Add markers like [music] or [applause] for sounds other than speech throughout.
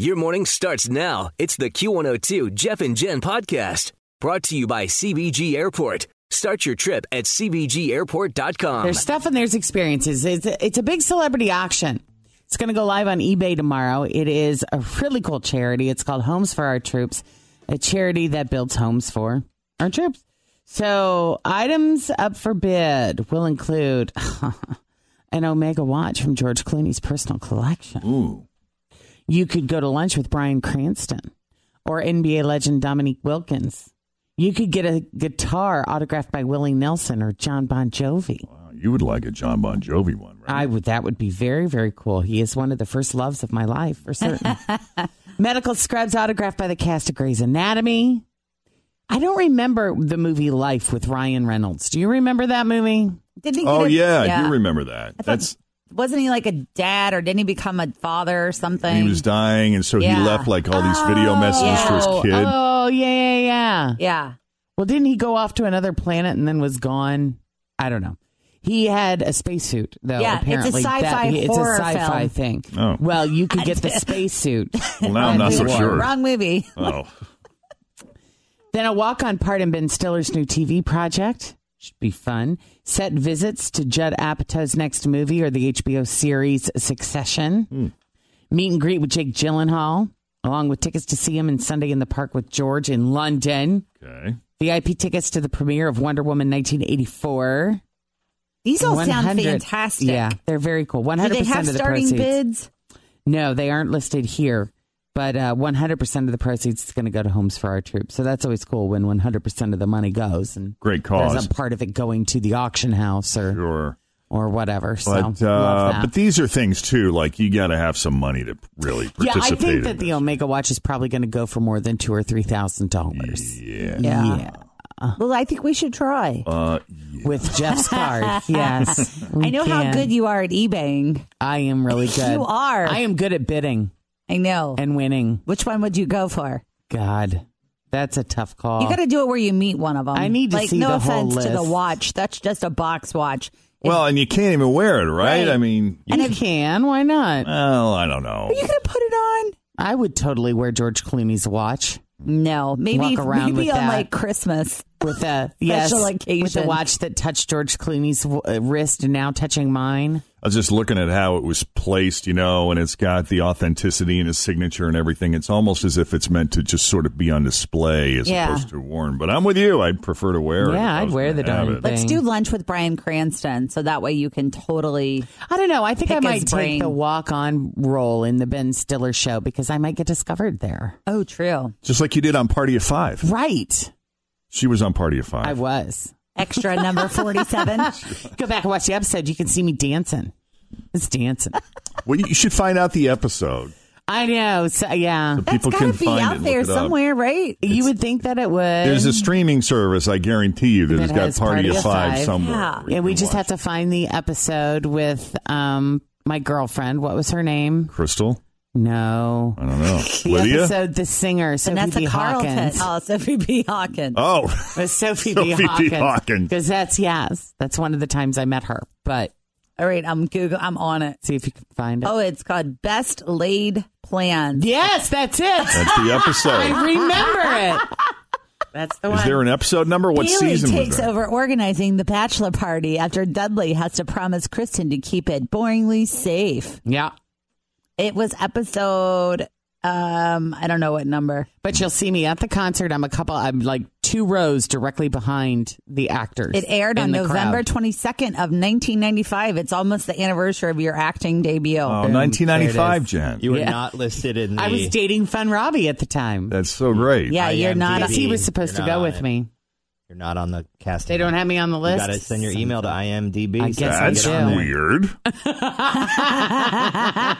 Your morning starts now. It's the Q102 Jeff and Jen podcast brought to you by CBG Airport. Start your trip at CBGAirport.com. There's stuff and there's experiences. It's a, it's a big celebrity auction. It's going to go live on eBay tomorrow. It is a really cool charity. It's called Homes for Our Troops, a charity that builds homes for our troops. So, items up for bid will include [laughs] an Omega watch from George Clooney's personal collection. You could go to lunch with Brian Cranston or NBA legend Dominique Wilkins. You could get a guitar autographed by Willie Nelson or John Bon Jovi. You would like a John Bon Jovi one, right? I would. That would be very, very cool. He is one of the first loves of my life, for [laughs] certain. Medical scrubs autographed by the cast of Grey's Anatomy. I don't remember the movie Life with Ryan Reynolds. Do you remember that movie? Didn't he? oh get a- yeah, you remember that? I thought- That's Wasn't he like a dad, or didn't he become a father or something? he was dying, and so he Yeah. left like all these video messages for his Oh, kid. Oh yeah, yeah, yeah. yeah. Well, didn't he go off to another planet and then was gone? I don't know. He had a spacesuit though. Yeah, it's a apparently sci-fi he- it's a horror sci-fi film. thing. Oh. Well, you [laughs] could get the spacesuit. Well, now I'm not so Movie. sure. Wrong movie. Oh, Then a walk on part in Ben Stiller's new TV project. Should be fun. Set visits to Judd Apatow's next movie or the HBO series Succession. Hmm. Meet and greet with Jake Gyllenhaal, along with tickets to see him in Sunday in the Park with George in London. okay. VIP tickets to the premiere of Wonder Woman 1984. These all sound 100 fantastic. Yeah, they're very cool. 100% Do they have of the starting proceeds. bids? No, they aren't listed here, but uh, 100% of the proceeds is going to go to Homes for Our Troops. So that's always cool when 100% of the money goes and Great There's cause. a part of it going to the auction house or Sure. or whatever. So But love uh, that. but these are things too. Like you got to have some money to really yeah, I participate. think in that the this. Omega watch is probably going to go for more than two or three thousand dollars. yeah. Yeah. Well, I think we should try. Uh, with Jeff's [laughs] card. Yes, I know how good you are at eBaying. I am really [laughs] good. You are. I am good at bidding I know. and winning. Which one would you go for? God, that's a tough call. You got to do it where you meet one of them. Uh, I need to like, see no the whole offense to the list. watch. That's just a box watch. well, and you can't even wear it, right? Right. I mean, You can. Why not? well, I don't know. Are you going to put it on? I would totally wear George Clooney's watch No, maybe Walk around maybe with on that. like Christmas. with [laughs] a yes, with a occasion. watch that touched George Clooney's uh, wrist and now touching mine. I was just looking at how it was placed, you know, and it's got the authenticity and his signature and everything. It's almost as if it's meant to just sort of be on display as Yeah. opposed to worn. But I'm with you. I'd prefer to wear it. Yeah, if I I'd was wear gonna the have darn it. thing. Let's do lunch with Brian Cranston, so that way you can totally. I don't know. I think Pick I his might take brain. the walk on role in the Ben Stiller show because I might get discovered there. Oh, true. Just like you did on Party of Five. Right. She was on Party of I Five. was. Extra [laughs] number forty-seven. Go back and watch the episode. You can see me dancing. It's dancing. well, you should find out the episode. [laughs] I know. So, yeah. That's People got can to be find it out and there look it up. somewhere, right? You would think that it would. There's a streaming service, I guarantee you, that That has got has Party, of Five, somewhere. Yeah. where you Yeah, we can just watch. have to find the episode with um my girlfriend. What was her name? Crystal? No. I don't know. [laughs] The Lydia? episode The Singer, Sophie Vanessa B. Carlton. Hawkins. [laughs] Oh, Sophie B. Hawkins. Oh, It was Sophie, Sophie B. B. Hawkins. Hawkins. Because that's, yes, that's one of the times I met her. But All right, I'm Google. I'm on it. see if you can find it. Oh, it's called Best Laid Plans. yes, that's [laughs] it. that's the [laughs] episode. I remember it. That's the one. Is there an episode number? What Bailey season was takes that? over organizing the bachelor party after Dudley has to promise Kristen to keep it boringly safe. yeah. It was episode um I don't know what number. But you'll see me at the concert. I'm a couple, I'm like two rows directly behind the actors. It aired in on the November crowd. 22nd of 1995. It's almost the anniversary of your acting debut. Oh, 1995, Jen. You were Yeah. not listed in [laughs] the. I was dating Fun Robbie at the time. That's so great. yeah, you're not Because he was supposed to You're go not on with it. me. You're not on the casting. They don't have me on the You list. got to send your email to IMDb. I so guess I you That's can get on do. there.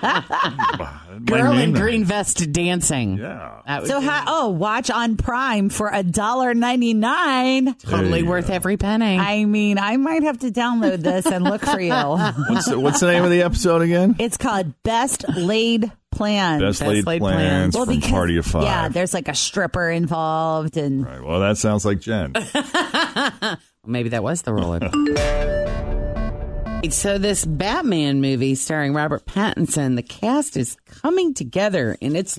[laughs] weird. My Girl in name- green vest dancing. Yeah. That would So be how, oh, watch on Prime for a dollar ninety nine. totally There you worth go. every penny. I mean, I might have to download this and look for you. [laughs] What's the, what's the name of the [laughs] episode again? It's called Best Laid Plans. Best, Best laid, Laid plans, Plans. from Party of Five. Yeah, there's like a stripper involved, and Right, Well, that sounds [laughs] like Jen. Maybe that was the roller. [laughs] so this Batman movie starring Robert Pattinson, the cast is coming together and it's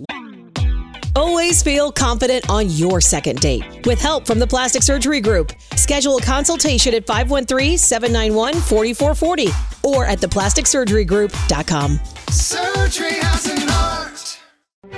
Always feel confident on your second date with help from the Plastic Surgery Group. Schedule a consultation at 513 791 4440 or at theplasticsurgerygroup.com. Surgery has an art.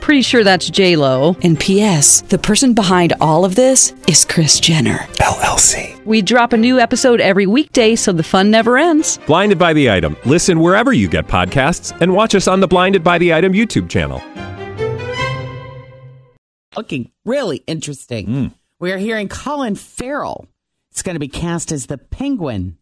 Pretty sure that's J Lo. And P.S. The person behind all of this is Chris Jenner. LLC. We drop a new episode every weekday, so the fun never ends. Blinded by the item. Listen wherever you get podcasts, and watch us on the Blinded by the Item YouTube channel. looking really interesting. We are hearing Colin Farrell is going to be cast as the Penguin,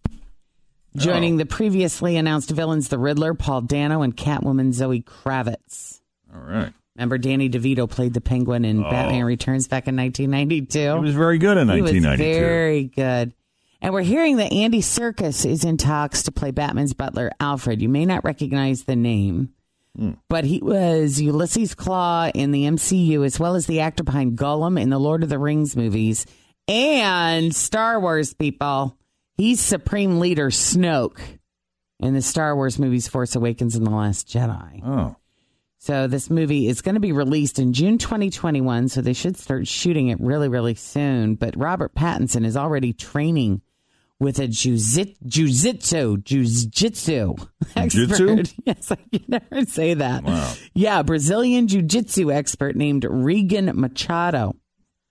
joining the previously announced villains the Riddler, Paul Dano, and Catwoman Zoe Kravitz. All right. Remember, Danny DeVito played the Penguin in Batman Returns back in 1992. He was very good in He was 1992. very good. And we're hearing that Andy Circus is in talks to play Batman's butler, Alfred. You may not recognize the name, Hmm. but he was Ulysses Claw in the MCU, as well as the actor behind Gollum in the Lord of the Rings movies and Star Wars people. He's Supreme Leader Snoke in the Star Wars movies Force Awakens and The Last Jedi. Oh, So this movie is going to be released in June 2021, so they should start shooting it really, really soon. But Robert Pattinson is already training with a jujit- jujitsu, jujitsu Jujitsu? [laughs] expert. [laughs] Yes, I can never say that. Wow. Yeah, Brazilian jujitsu expert named Regan Machado.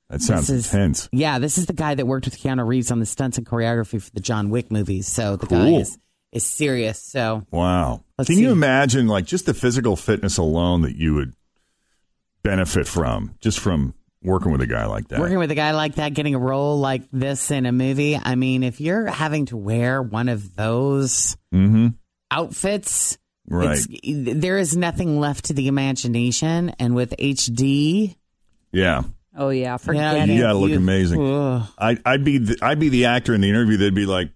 that sounds This is- intense. Yeah, this is the guy that worked with Keanu Reeves on the stunts and choreography for the John Wick movies. So the guy Cool. is, is serious. So Wow. Let's Can see. you imagine, like, just the physical fitness alone that you would benefit from just from working with a guy like that? Working with a guy like that, getting a role like this in a movie. I mean, if you're having to wear one of those mm-hmm. outfits, Right. it's- there is nothing left to the imagination. And with HD, yeah. oh yeah, forget You it. got to look You- amazing. ugh. I, I'd be the, I'd be the actor in the interview. They'd be like,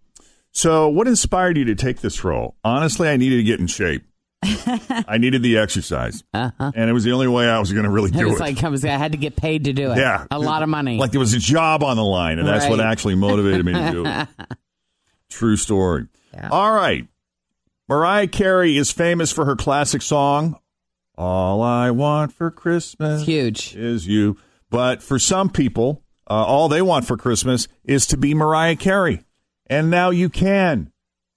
"So, what inspired you to take this role?" Honestly, I needed to get in [laughs] shape. I needed the exercise, and it was the only way I was going to really it do Uh-huh. was it. like I was, I had to get paid to do it. yeah, a lot of money. Like there was a job on the line, and that's what Right. actually motivated me to [laughs] do it. True story. All right, Mariah Carey is famous for her classic song "All I Want for Christmas." it's huge. is you. But for some people, uh, all they want for Christmas is to be Mariah Carey. And now you can.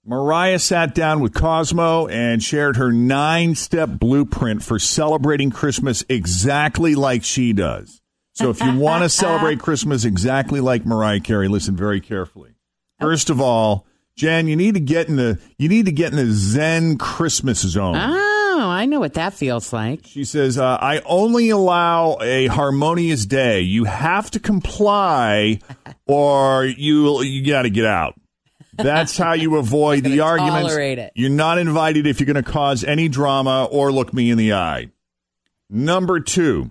Mariah sat down with Cosmo and shared her nine step blueprint for celebrating Christmas exactly like she does. So if you want to celebrate Christmas exactly like Mariah Carey, listen very carefully. First of all, Jen, you need to get in the you need to get in the Zen Christmas zone. Oh, I know what that feels like. She says, uh, I only allow a harmonious day. You have to comply or you you got to get out. That's [laughs] how you avoid the arguments. tolerate it. You're not invited if you're going to cause any drama or look me in the eye. Number two,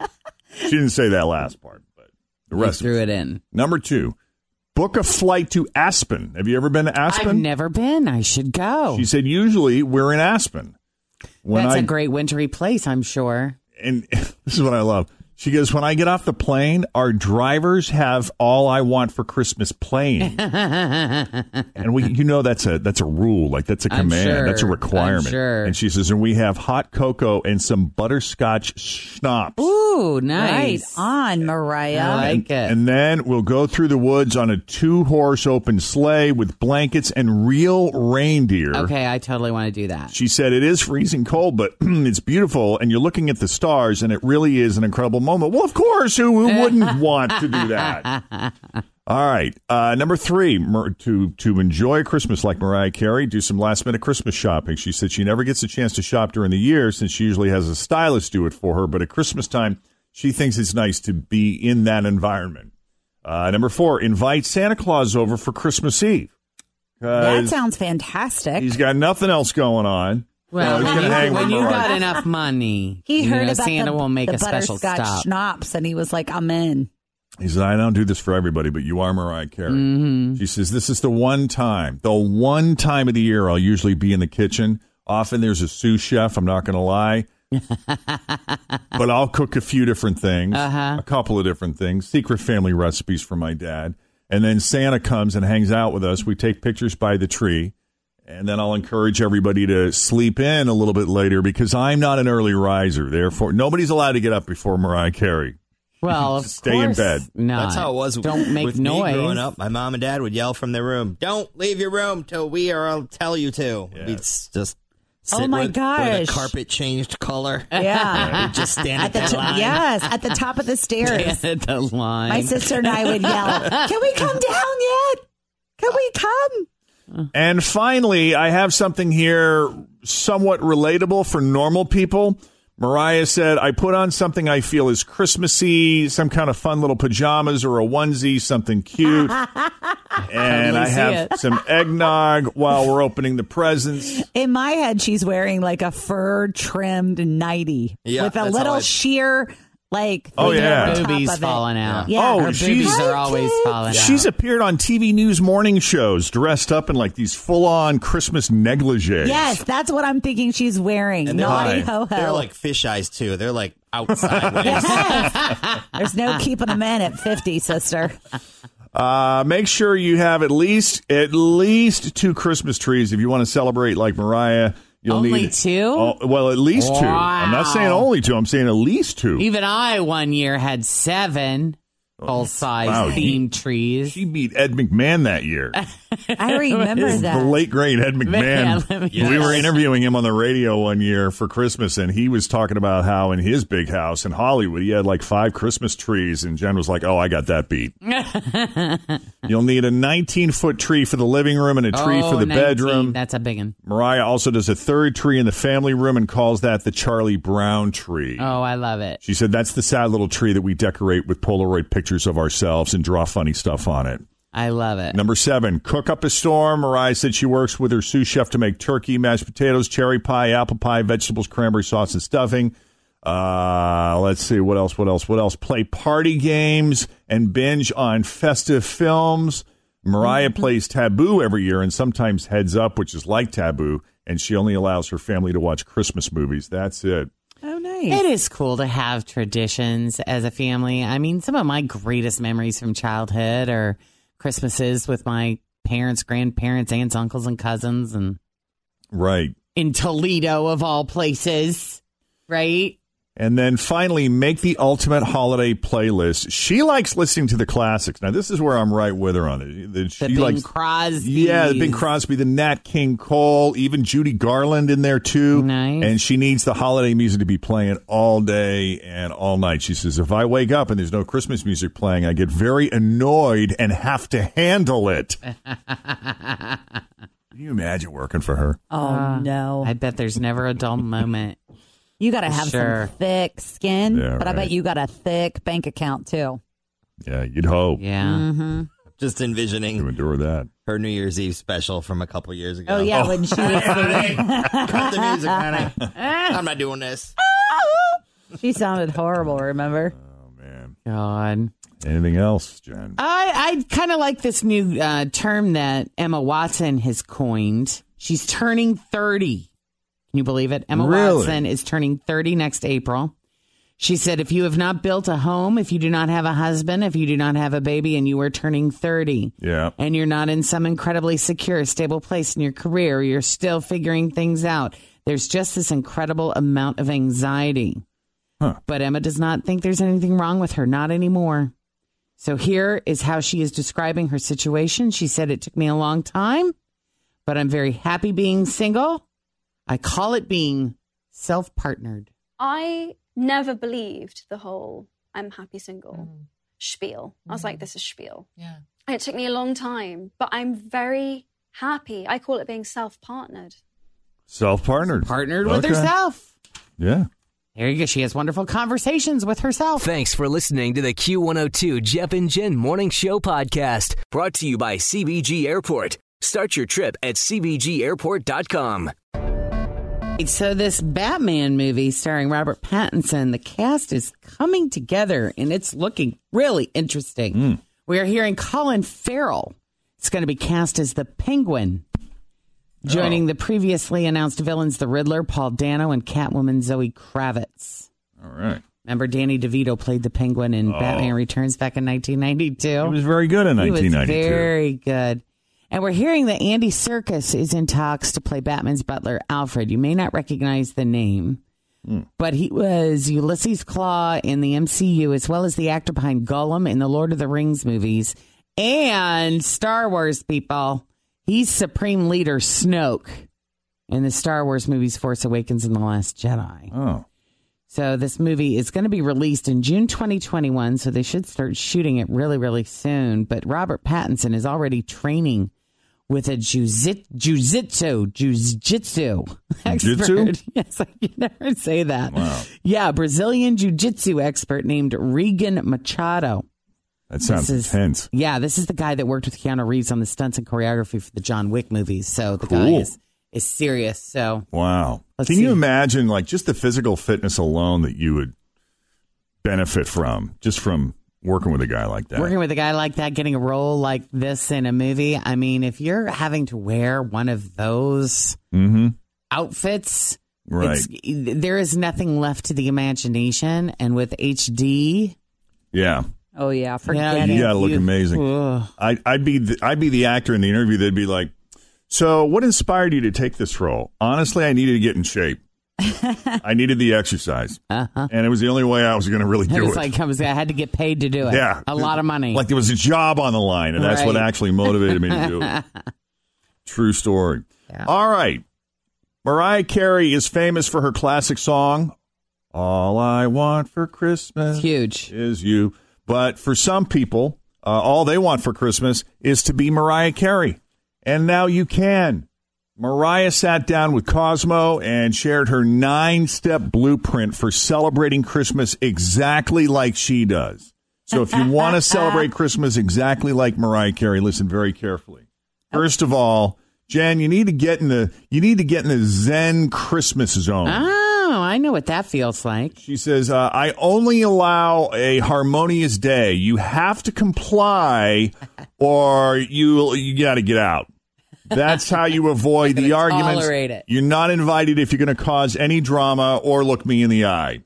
she didn't say that last part, but the You rest of threw it in. Number two, book a flight to Aspen. Have you ever been to Aspen? I've never been. I should go. She said, usually we're in Aspen. When That's a I- great wintry place, I'm sure. and [laughs] this is what I love. She goes, When I get off the plane, our drivers have all I want for Christmas [laughs] playing. and we you know that's a that's a rule, like that's a I'm command, sure. that's a I'm requirement. sure. And she says, and we have hot cocoa and some butterscotch schnapps. Ooh, Right nice. on, Mariah. I like it. And then we'll go through the woods on a two horse open sleigh with blankets and real reindeer. Okay, I totally want to do that. [clears throat] She said, It is freezing cold, but it's beautiful, and you're looking at the stars, and it really is an incredible moment. Well, of course, who, who [laughs] wouldn't want to do that? All right. Uh, number three, Mar- to to enjoy Christmas like Mariah Carey, do some last minute Christmas shopping. She said she never gets a chance to shop during the year since she usually has a stylist do it for her. But at Christmas time, she thinks it's nice to be in that environment. Uh, number four, invite Santa Claus over for Christmas Eve. 'Cause That sounds fantastic. He's got nothing else going on. Well, he's when gonna you, hang when with you Mariah. got enough money, [laughs] He you heard know, about Santa the, will make the a special butterscotch stop. schnapps, and he was like, "I'm in." He said, I don't do this for everybody, but you are Mariah Carey. She says, This is the one time, the one time of the year I'll usually be in the kitchen. Often there's a sous chef, I'm not going to lie. but I'll cook a few different things, a couple of different things, secret family recipes for my dad. And then Santa comes and hangs out with us. We take pictures by the tree. And then I'll encourage everybody to sleep in a little bit later because I'm not an early riser. Therefore, nobody's allowed to get up before Mariah Carey. [laughs] Well, of Stay in course bed. Not. That's how it was. Don't make with noise. Me growing up, my mom and dad would yell from their room, "Don't leave your room till we or I'll tell you to." Yeah. We'd s- just. Oh sit my where, Where gosh. the carpet changed [laughs] color. Yeah. We'd just [laughs] stand At at, the that t- line. yes, at the top of [laughs] the stairs. the line. My sister and I would [laughs] yell, "Can we come down yet? Can we come?" And finally, I have something here somewhat relatable for normal people. Mariah said, I put on something I feel is Christmassy, some kind of fun little pajamas or a onesie, [laughs] something cute. and I see have it. some eggnog while we're opening [laughs] the presents. In my head, she's wearing like a fur trimmed nightie Yeah, with a that's little how I- sheer, like, Oh, thing yeah. on top boobies of it. falling out. Yeah. Oh, Her she's- boobies are Hi, always kids. falling out. She's appeared on TV news morning shows dressed up in like these full on Christmas negligees. Yes, that's what I'm thinking she's wearing. And they're Naughty like- ho ho. They're like [laughs] fish eyes too. They're like outside. [laughs] ways. There's no keeping them in at 50, sister. Uh, make sure you have at least at least two Christmas trees if you want to celebrate like Mariah. You'll Only need two? Oh, well, at least two. I'm not saying Wow. only two. I'm saying at least two. Even I one year had seven full size Wow, you- themed trees. she beat Ed McMahon [laughs] that year. [laughs] I remember that. The late great Ed Man, McMahon. [laughs] let me- We were interviewing him on the radio one year for Christmas, and he was talking about how in his big house in Hollywood he had like five Christmas trees, and Jen was like, "Oh, I got [laughs] that beat." You'll need a 19 foot tree for the living room and a tree Oh, for the 19. bedroom. That's a big one. Mariah also does a third tree in the family room and calls that the Charlie Brown tree. Oh, I love it. She said that's the sad little tree that we decorate with Polaroid pictures of ourselves and draw funny stuff on it. I love it. Number seven, cook up a storm. Mariah said she works with her sous chef to make turkey, mashed potatoes, cherry pie, apple pie, vegetables, cranberry sauce, and stuffing. Uh, let's see what else, what else, what else. Play party games and binge on festive films. Mariah plays Taboo every year and sometimes Heads Up, which is like Taboo, and she only allows her family to watch Christmas movies. That's it. Oh, nice. It is cool to have traditions as a family. I mean, some of my greatest memories from childhood are Christmases with my parents, grandparents, aunts, uncles, and cousins, and Right. in Toledo, of all places, right? And then finally, make the ultimate holiday playlist. She likes listening to the classics. Now, this is where I'm right with her on it. That The She Bing likes, Crosby. yeah, the Bing Crosby, the Nat King Cole, even Judy Garland in there too. Nice. And she needs the holiday music to be playing all day and all night. She says, "If I wake up and there's no Christmas music playing, I get very annoyed and have to [laughs] handle it." Can you imagine working for her? Oh, uh, no. I bet there's never a dull moment. you got to have Sure. some thick skin, Yeah, but I right. bet you got a thick bank account, [laughs] too. Yeah, you'd hope Yeah. Mm-hmm. just to envisioning endure that. her New Year's Eve special from a couple years ago. Oh, yeah, when she [laughs] was Honey, cut the [laughs] music, honey. I'm not doing this. She sounded horrible, remember? God. Anything else, Jen? I, I kind of like this new uh, term that Emma Watson has coined. She's turning 30. Can you believe it? Emma Really? Watson is turning 30 next April. She said, if you have not built a home, if you do not have a husband, if you do not have a baby, and you are turning 30, Yeah. and you're not in some incredibly secure, stable place in your career, you're still figuring things out. There's just this incredible amount of anxiety. Huh. But Emma does not think there's anything wrong with her, not anymore. So here is how she is describing her situation. She said, It took me a long time, but I'm very happy being single. I call it being self partnered. I never believed the whole I'm happy single spiel. I was like, this is spiel. Yeah. And it took me a long time, but I'm very happy. I call it being self partnered. Self partnered. Partnered with herself. Yeah. There you go. She has wonderful conversations with herself. Thanks for listening to the Q102 Jeff and Jen Morning Show podcast, brought to you by CBG Airport. Start your trip at CBGAirport.com. So this Batman movie starring Robert Pattinson, the cast is coming together and it's looking really interesting. Hmm. We are hearing Colin Farrell. It's going to be cast as the Penguin, Oh. joining the previously announced villains the Riddler, Paul Dano, and Catwoman Zoe Kravitz. All right. Remember, Danny DeVito played the Penguin in Oh. Batman Returns back in 1992. He was very good in He was 1992. very good. And we're hearing that Andy Serkis is in talks to play Batman's butler, Alfred. You may not recognize the name, but he was Ulysses Claw in the MCU, as well as the actor behind Gollum in the Lord of the Rings movies and Star Wars people. He's Supreme Leader Snoke in the Star Wars movies Force Awakens and The Last Jedi. Oh. So this movie is going to be released in June 2021, so they should start shooting it really, really soon. But Robert Pattinson is already training with a jujit- jujitsu, jujitsu Jujitsu? [laughs] expert. [laughs] Yes, I can never say that. Wow. Yeah, Brazilian jujitsu expert named Regan Machado. That sounds intense. Yeah, this is the guy that worked with Keanu Reeves on the stunts and choreography for the John Wick movies. So the guy Cool. is, is serious. So Wow. Can you imagine, like, just the physical fitness alone that you would benefit from just from working with a guy like that? Working with a guy like that, getting a role like this in a movie. I mean, if you're having to wear one of those Mm-hmm. outfits, Right. it's- there is nothing left to the imagination. And with HD, Yeah. Oh yeah, forget you gotta look amazing. I, I'd be the, I'd be the actor in the interview. They'd be like, "So, what inspired you to take this role?" Honestly, I needed to get [laughs] in shape. I needed the exercise, and it was the only way I was going to really Uh-huh. [laughs] it do was it. like I was, I had to get paid to do it. yeah, a lot of money. Like there was a job on the line, and that's what Right. actually motivated me to do it. [laughs] True story. All right. Mariah Carey is famous for her classic song, All I Want for Christmas. Huge. Is you. But for some people, uh, all they want for Christmas is to be Mariah Carey. And now you can. Mariah sat down with Cosmo and shared her nine step blueprint for celebrating Christmas exactly like she does. So if you want to celebrate Christmas exactly like Mariah Carey, listen very carefully. First of all, Jen, you need to get in the you need to get in the Zen Christmas zone. Oh, I know what that feels like. She says, uh, "I only allow a harmonious day. You have to comply, or you you got to get out." That's how [laughs] you avoid the arguments. tolerate it. You're not invited if you're going to cause any drama or look me in the eye.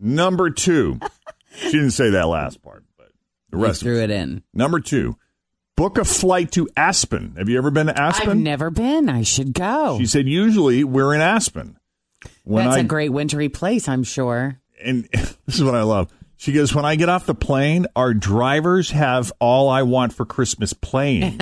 Number two, [laughs] she didn't say that last part, but the rest threw it in. Number two, book a flight to Aspen. Have you ever been to Aspen? I've never been. I should go. She said, usually we're in Aspen. When That's I- a great wintry place, I'm sure. And [laughs] this is what I love. She goes, when I get off the plane, our drivers have all I want for [laughs] Christmas plane.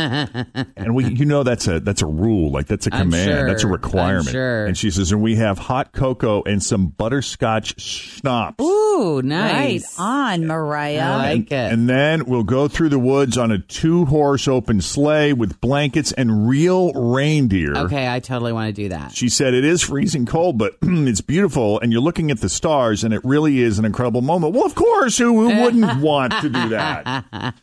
and we, you know, that's a, that's a rule. Like that's a I'm command. sure. That's a I'm requirement. sure. And she says, and we have hot cocoa and some butterscotch schnapps. Ooh, nice. Right on, Mariah. and, and then we'll go through the woods on a two horse open sleigh with blankets and real reindeer. Okay, I totally want to do that. She said, It is freezing cold, but [clears throat] it's beautiful, and you're looking at the stars, and it really is an incredible moment. Well, of course, who, who [laughs] wouldn't want to do that?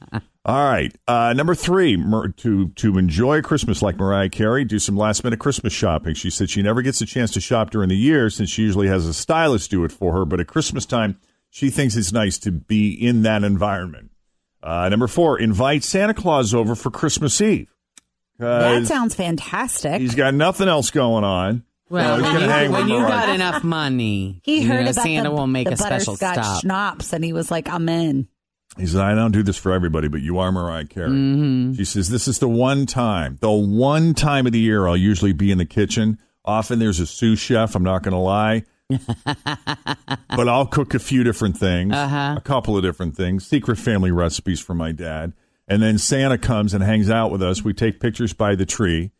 All right. Uh, number three, Mar- to, to enjoy Christmas like Mariah Carey, do some last minute Christmas shopping. She said she never gets a chance to shop during the year since she usually has a stylist do it for her, but at Christmas time, she thinks it's nice to be in that environment. Uh, number four, invite Santa Claus over for Christmas Eve. 'Cause- That sounds fantastic. He's got nothing else going on. Well, So he's when, gonna you, hang with when you Mariah. got enough money, [laughs] He you heard know, about Santa the, will make the a special butterscotch stop. schnapps, and he was like, "I'm [laughs] in." He said, I don't do this for everybody, but you are Mariah Carey. She says, This is the one time, the one time of the year I'll usually be in the kitchen. Often there's a sous chef, I'm not going to lie. but I'll cook a few different things, Uh-huh. a couple of different things, secret family recipes from my dad. And then Santa comes and hangs out with us. We take pictures by the tree.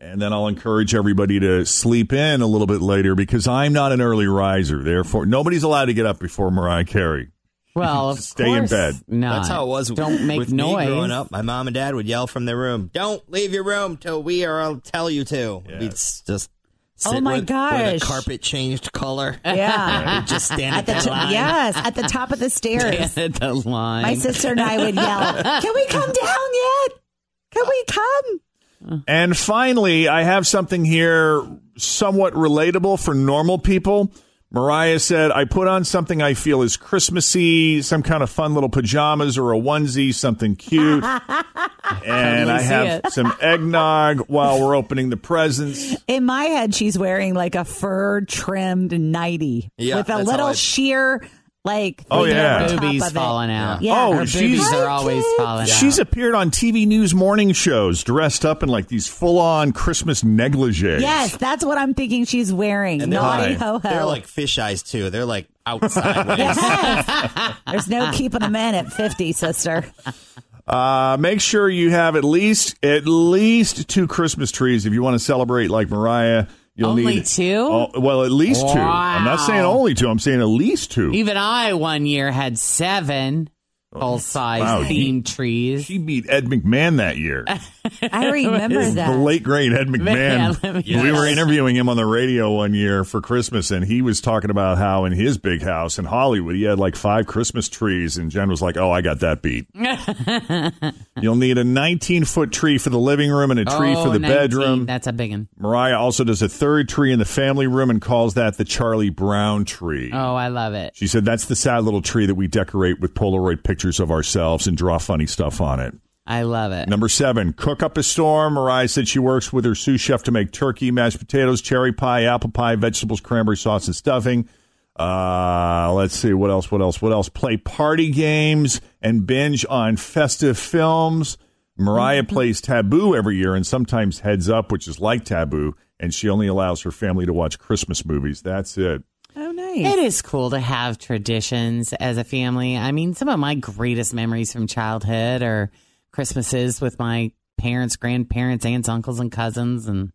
And then I'll encourage everybody to sleep in a little bit later because I'm not an early riser. Therefore, nobody's allowed to get up before Mariah Carey. [laughs] Well, of Stay in course bed. Not. That's how it was. Don't make with noise. Me growing up, my mom and dad would yell from their room, "Don't leave your room till we or I'll tell you to." We'd s- just Oh sit my where, where the gosh. carpet changed color. [laughs] Yeah. We'd just stand at, the that t- [laughs] line. yes, at the top of the stairs. the line. My sister and I would yell, [laughs] "Can we come down yet? Can we come?" And finally, I have something here somewhat relatable for normal people. Mariah said, I put on something I feel is Christmassy, some kind of fun little pajamas or a onesie, something [laughs] cute. and I see have it. some eggnog while we're opening the presents. In my head, she's wearing like a fur trimmed nightie Yeah, with a that's how little I- sheer, like, Oh, thing yeah. over top Boobies of it. falling out. Yeah. Oh, Her she's- boobies are Hi, always falling out. She's appeared on TV news morning shows dressed up in like these full on Christmas negligees. Yes, that's what I'm thinking she's wearing. they're Naughty like, ho they're ho. like fish eyes too. They're like outside. [laughs] ways. There's no [laughs] keeping them in at 50, sister. Uh, make sure you have at least at least two Christmas trees if you want to celebrate like Mariah. You'll Only need two? Oh, well, at least two. I'm not Wow. saying only two. I'm saying at least two. Even I one year had seven full size Oh. Wow, you- themed trees. She beat Ed McMahon [laughs] that year. I remember The that. late great Ed Man, [laughs] McMahon. let me- We were interviewing him on the radio one year for Christmas, and he was talking about how in his big house in Hollywood he had like five Christmas trees, and Jen was like, "Oh, I got [laughs] that beat." You'll need a 19 foot tree for the living room and a tree Oh, for the 19. bedroom. That's a big one. Mariah also does a third tree in the family room and calls that the Charlie Brown tree. Oh, I love it. She said that's the sad little tree that we decorate with Polaroid pictures of ourselves and draw funny stuff on it. I love it. Number seven, cook up a storm. Mariah said she works with her sous chef to make turkey, mashed potatoes, cherry pie, apple pie, vegetables, cranberry sauce, and stuffing. Uh, let's see what else, what else, what else. Play party games and binge on festive films. Mariah plays Taboo every year and sometimes Heads Up, which is like Taboo, and she only allows her family to watch Christmas movies. That's it. Oh, nice. It is cool to have traditions as a family. I mean, some of my greatest memories from childhood are Christmases with my parents, grandparents, aunts, uncles, and cousins, and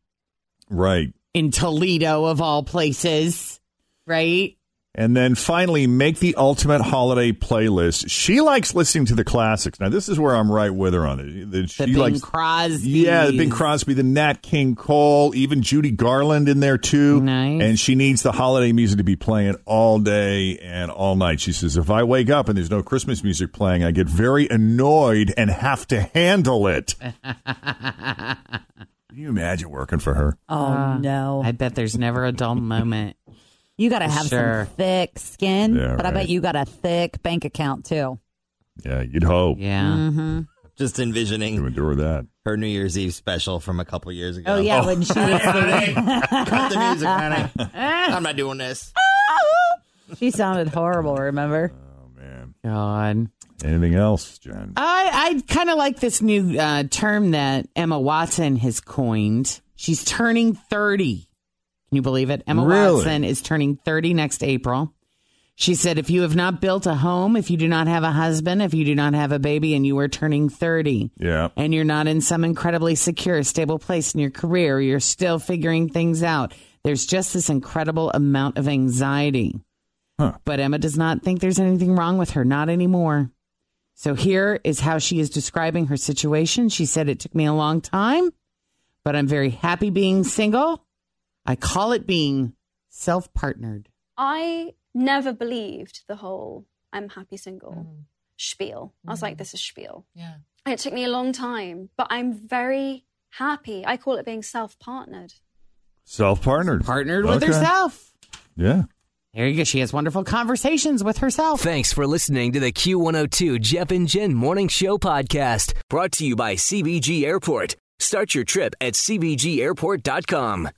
Right. in Toledo of all places, right? And then finally, make the ultimate holiday playlist. She likes listening to the classics. Now, this is where I'm right with her on it. That The She Bing likes, Crosby. yeah, the Bing [laughs] Crosby, the Nat King Cole, even Judy Garland in there too. Nice. And she needs the holiday music to be playing all day and all night. She says, if I wake up and there's no Christmas music playing, I get very annoyed and have to handle it. Uh, Can you imagine working for her? Oh, no. I bet there's never a dull moment. you got to have Sure. some thick skin, Yeah, but I right. bet you got a thick bank account, too. Yeah, you'd hope Yeah. Mm-hmm. Just to envisioning endure that. her New Year's Eve special from a couple years ago. Oh, yeah, when she [laughs] was singing. [laughs] Cut the music, honey. I'm not doing this. she sounded horrible, remember? God. Anything else, Jen? I, I kind of like this new uh, term that Emma Watson has coined. She's turning 30. Can you believe it? Emma Really? Watson is turning 30 next April. She said, if you have not built a home, if you do not have a husband, if you do not have a baby, and you are turning 30, Yeah. and you're not in some incredibly secure, stable place in your career, you're still figuring things out. There's just this incredible amount of anxiety. But Emma does not think there's anything wrong with her, not anymore. So here is how she is describing her situation. She said, It took me a long time, but I'm very happy being single. I call it being self partnered. I never believed the whole I'm happy single spiel. I was like, this is spiel. Yeah. And It took me a long time, but I'm very happy. I call it being self partnered. Self partnered. Partnered with Okay. herself. Yeah. There you go. She has wonderful conversations with herself. Thanks for listening to the Q102 Jeff and Jen Morning Show podcast brought to you by CBG Airport. Start your trip at CBGAirport.com.